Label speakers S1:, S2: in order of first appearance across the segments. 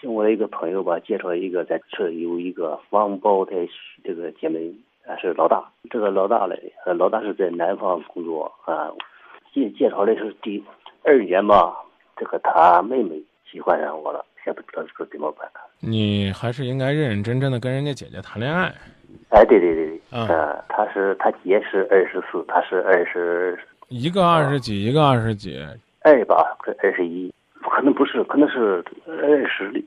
S1: 经我的一个朋友吧，介绍一个在这有一个双胞胎这个姐妹，啊是老大，这个老大嘞，呃老大是在南方工作啊，介介绍的是第二年吧，这个他妹妹喜欢上我了，也不知道说怎么办。
S2: 你还是应该认认真真的跟人家姐姐谈恋爱。
S1: 哎，对对对对，
S2: 嗯
S1: 呃，他是他姐是二十四，他是二十
S2: 一个二十几，一个二十几，
S1: 二吧，可二十一，可能不是，可能是二十六，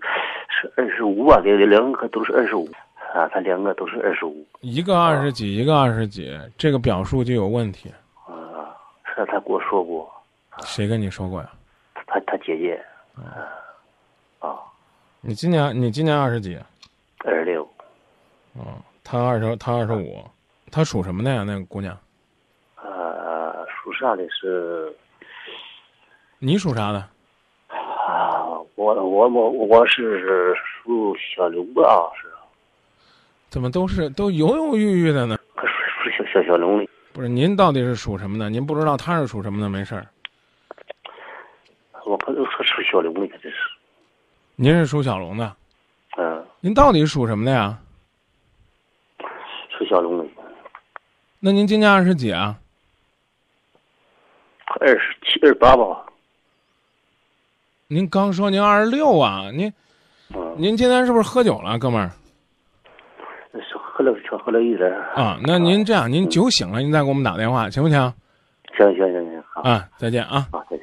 S1: 是二十五吧，两两个都是二十五啊，他两个都是二十五
S2: 一个二十几，一个二十几，这个表述就有问题。
S1: 啊，是他跟我说过，
S2: 谁跟你说过呀？
S1: 他他姐姐，啊，啊，
S2: 你今年你今年二十几？
S1: 二十六，
S2: 嗯，他二十，他二十五，他属什么的呀？那个姑娘，
S1: 呃，属啥的是
S2: 你属啥的？
S1: 啊，我我我我是属小龙吧，是，啊
S2: 怎么都是都犹犹豫豫的呢？
S1: 可属属小小小龙的，
S2: 不是您到底是属什么的？您不知道他是属什么的，没事儿。
S1: 我朋友说属小龙的，可真是，
S2: 您是属小龙的，
S1: 嗯、
S2: 您到底属什么的呀？
S1: 属小龙的，
S2: 那您今年二十几啊？
S1: 二十七二八吧，
S2: 您刚说您二十六啊？您
S1: 嗯。
S2: 您今天是不是喝酒了，哥们儿
S1: 是喝了喝了一点儿
S2: 啊？那您这样，您酒醒了，您再给我们打电话，行不行？
S1: 行行行行，好，
S2: 啊，再见啊。
S1: 好，再见。啊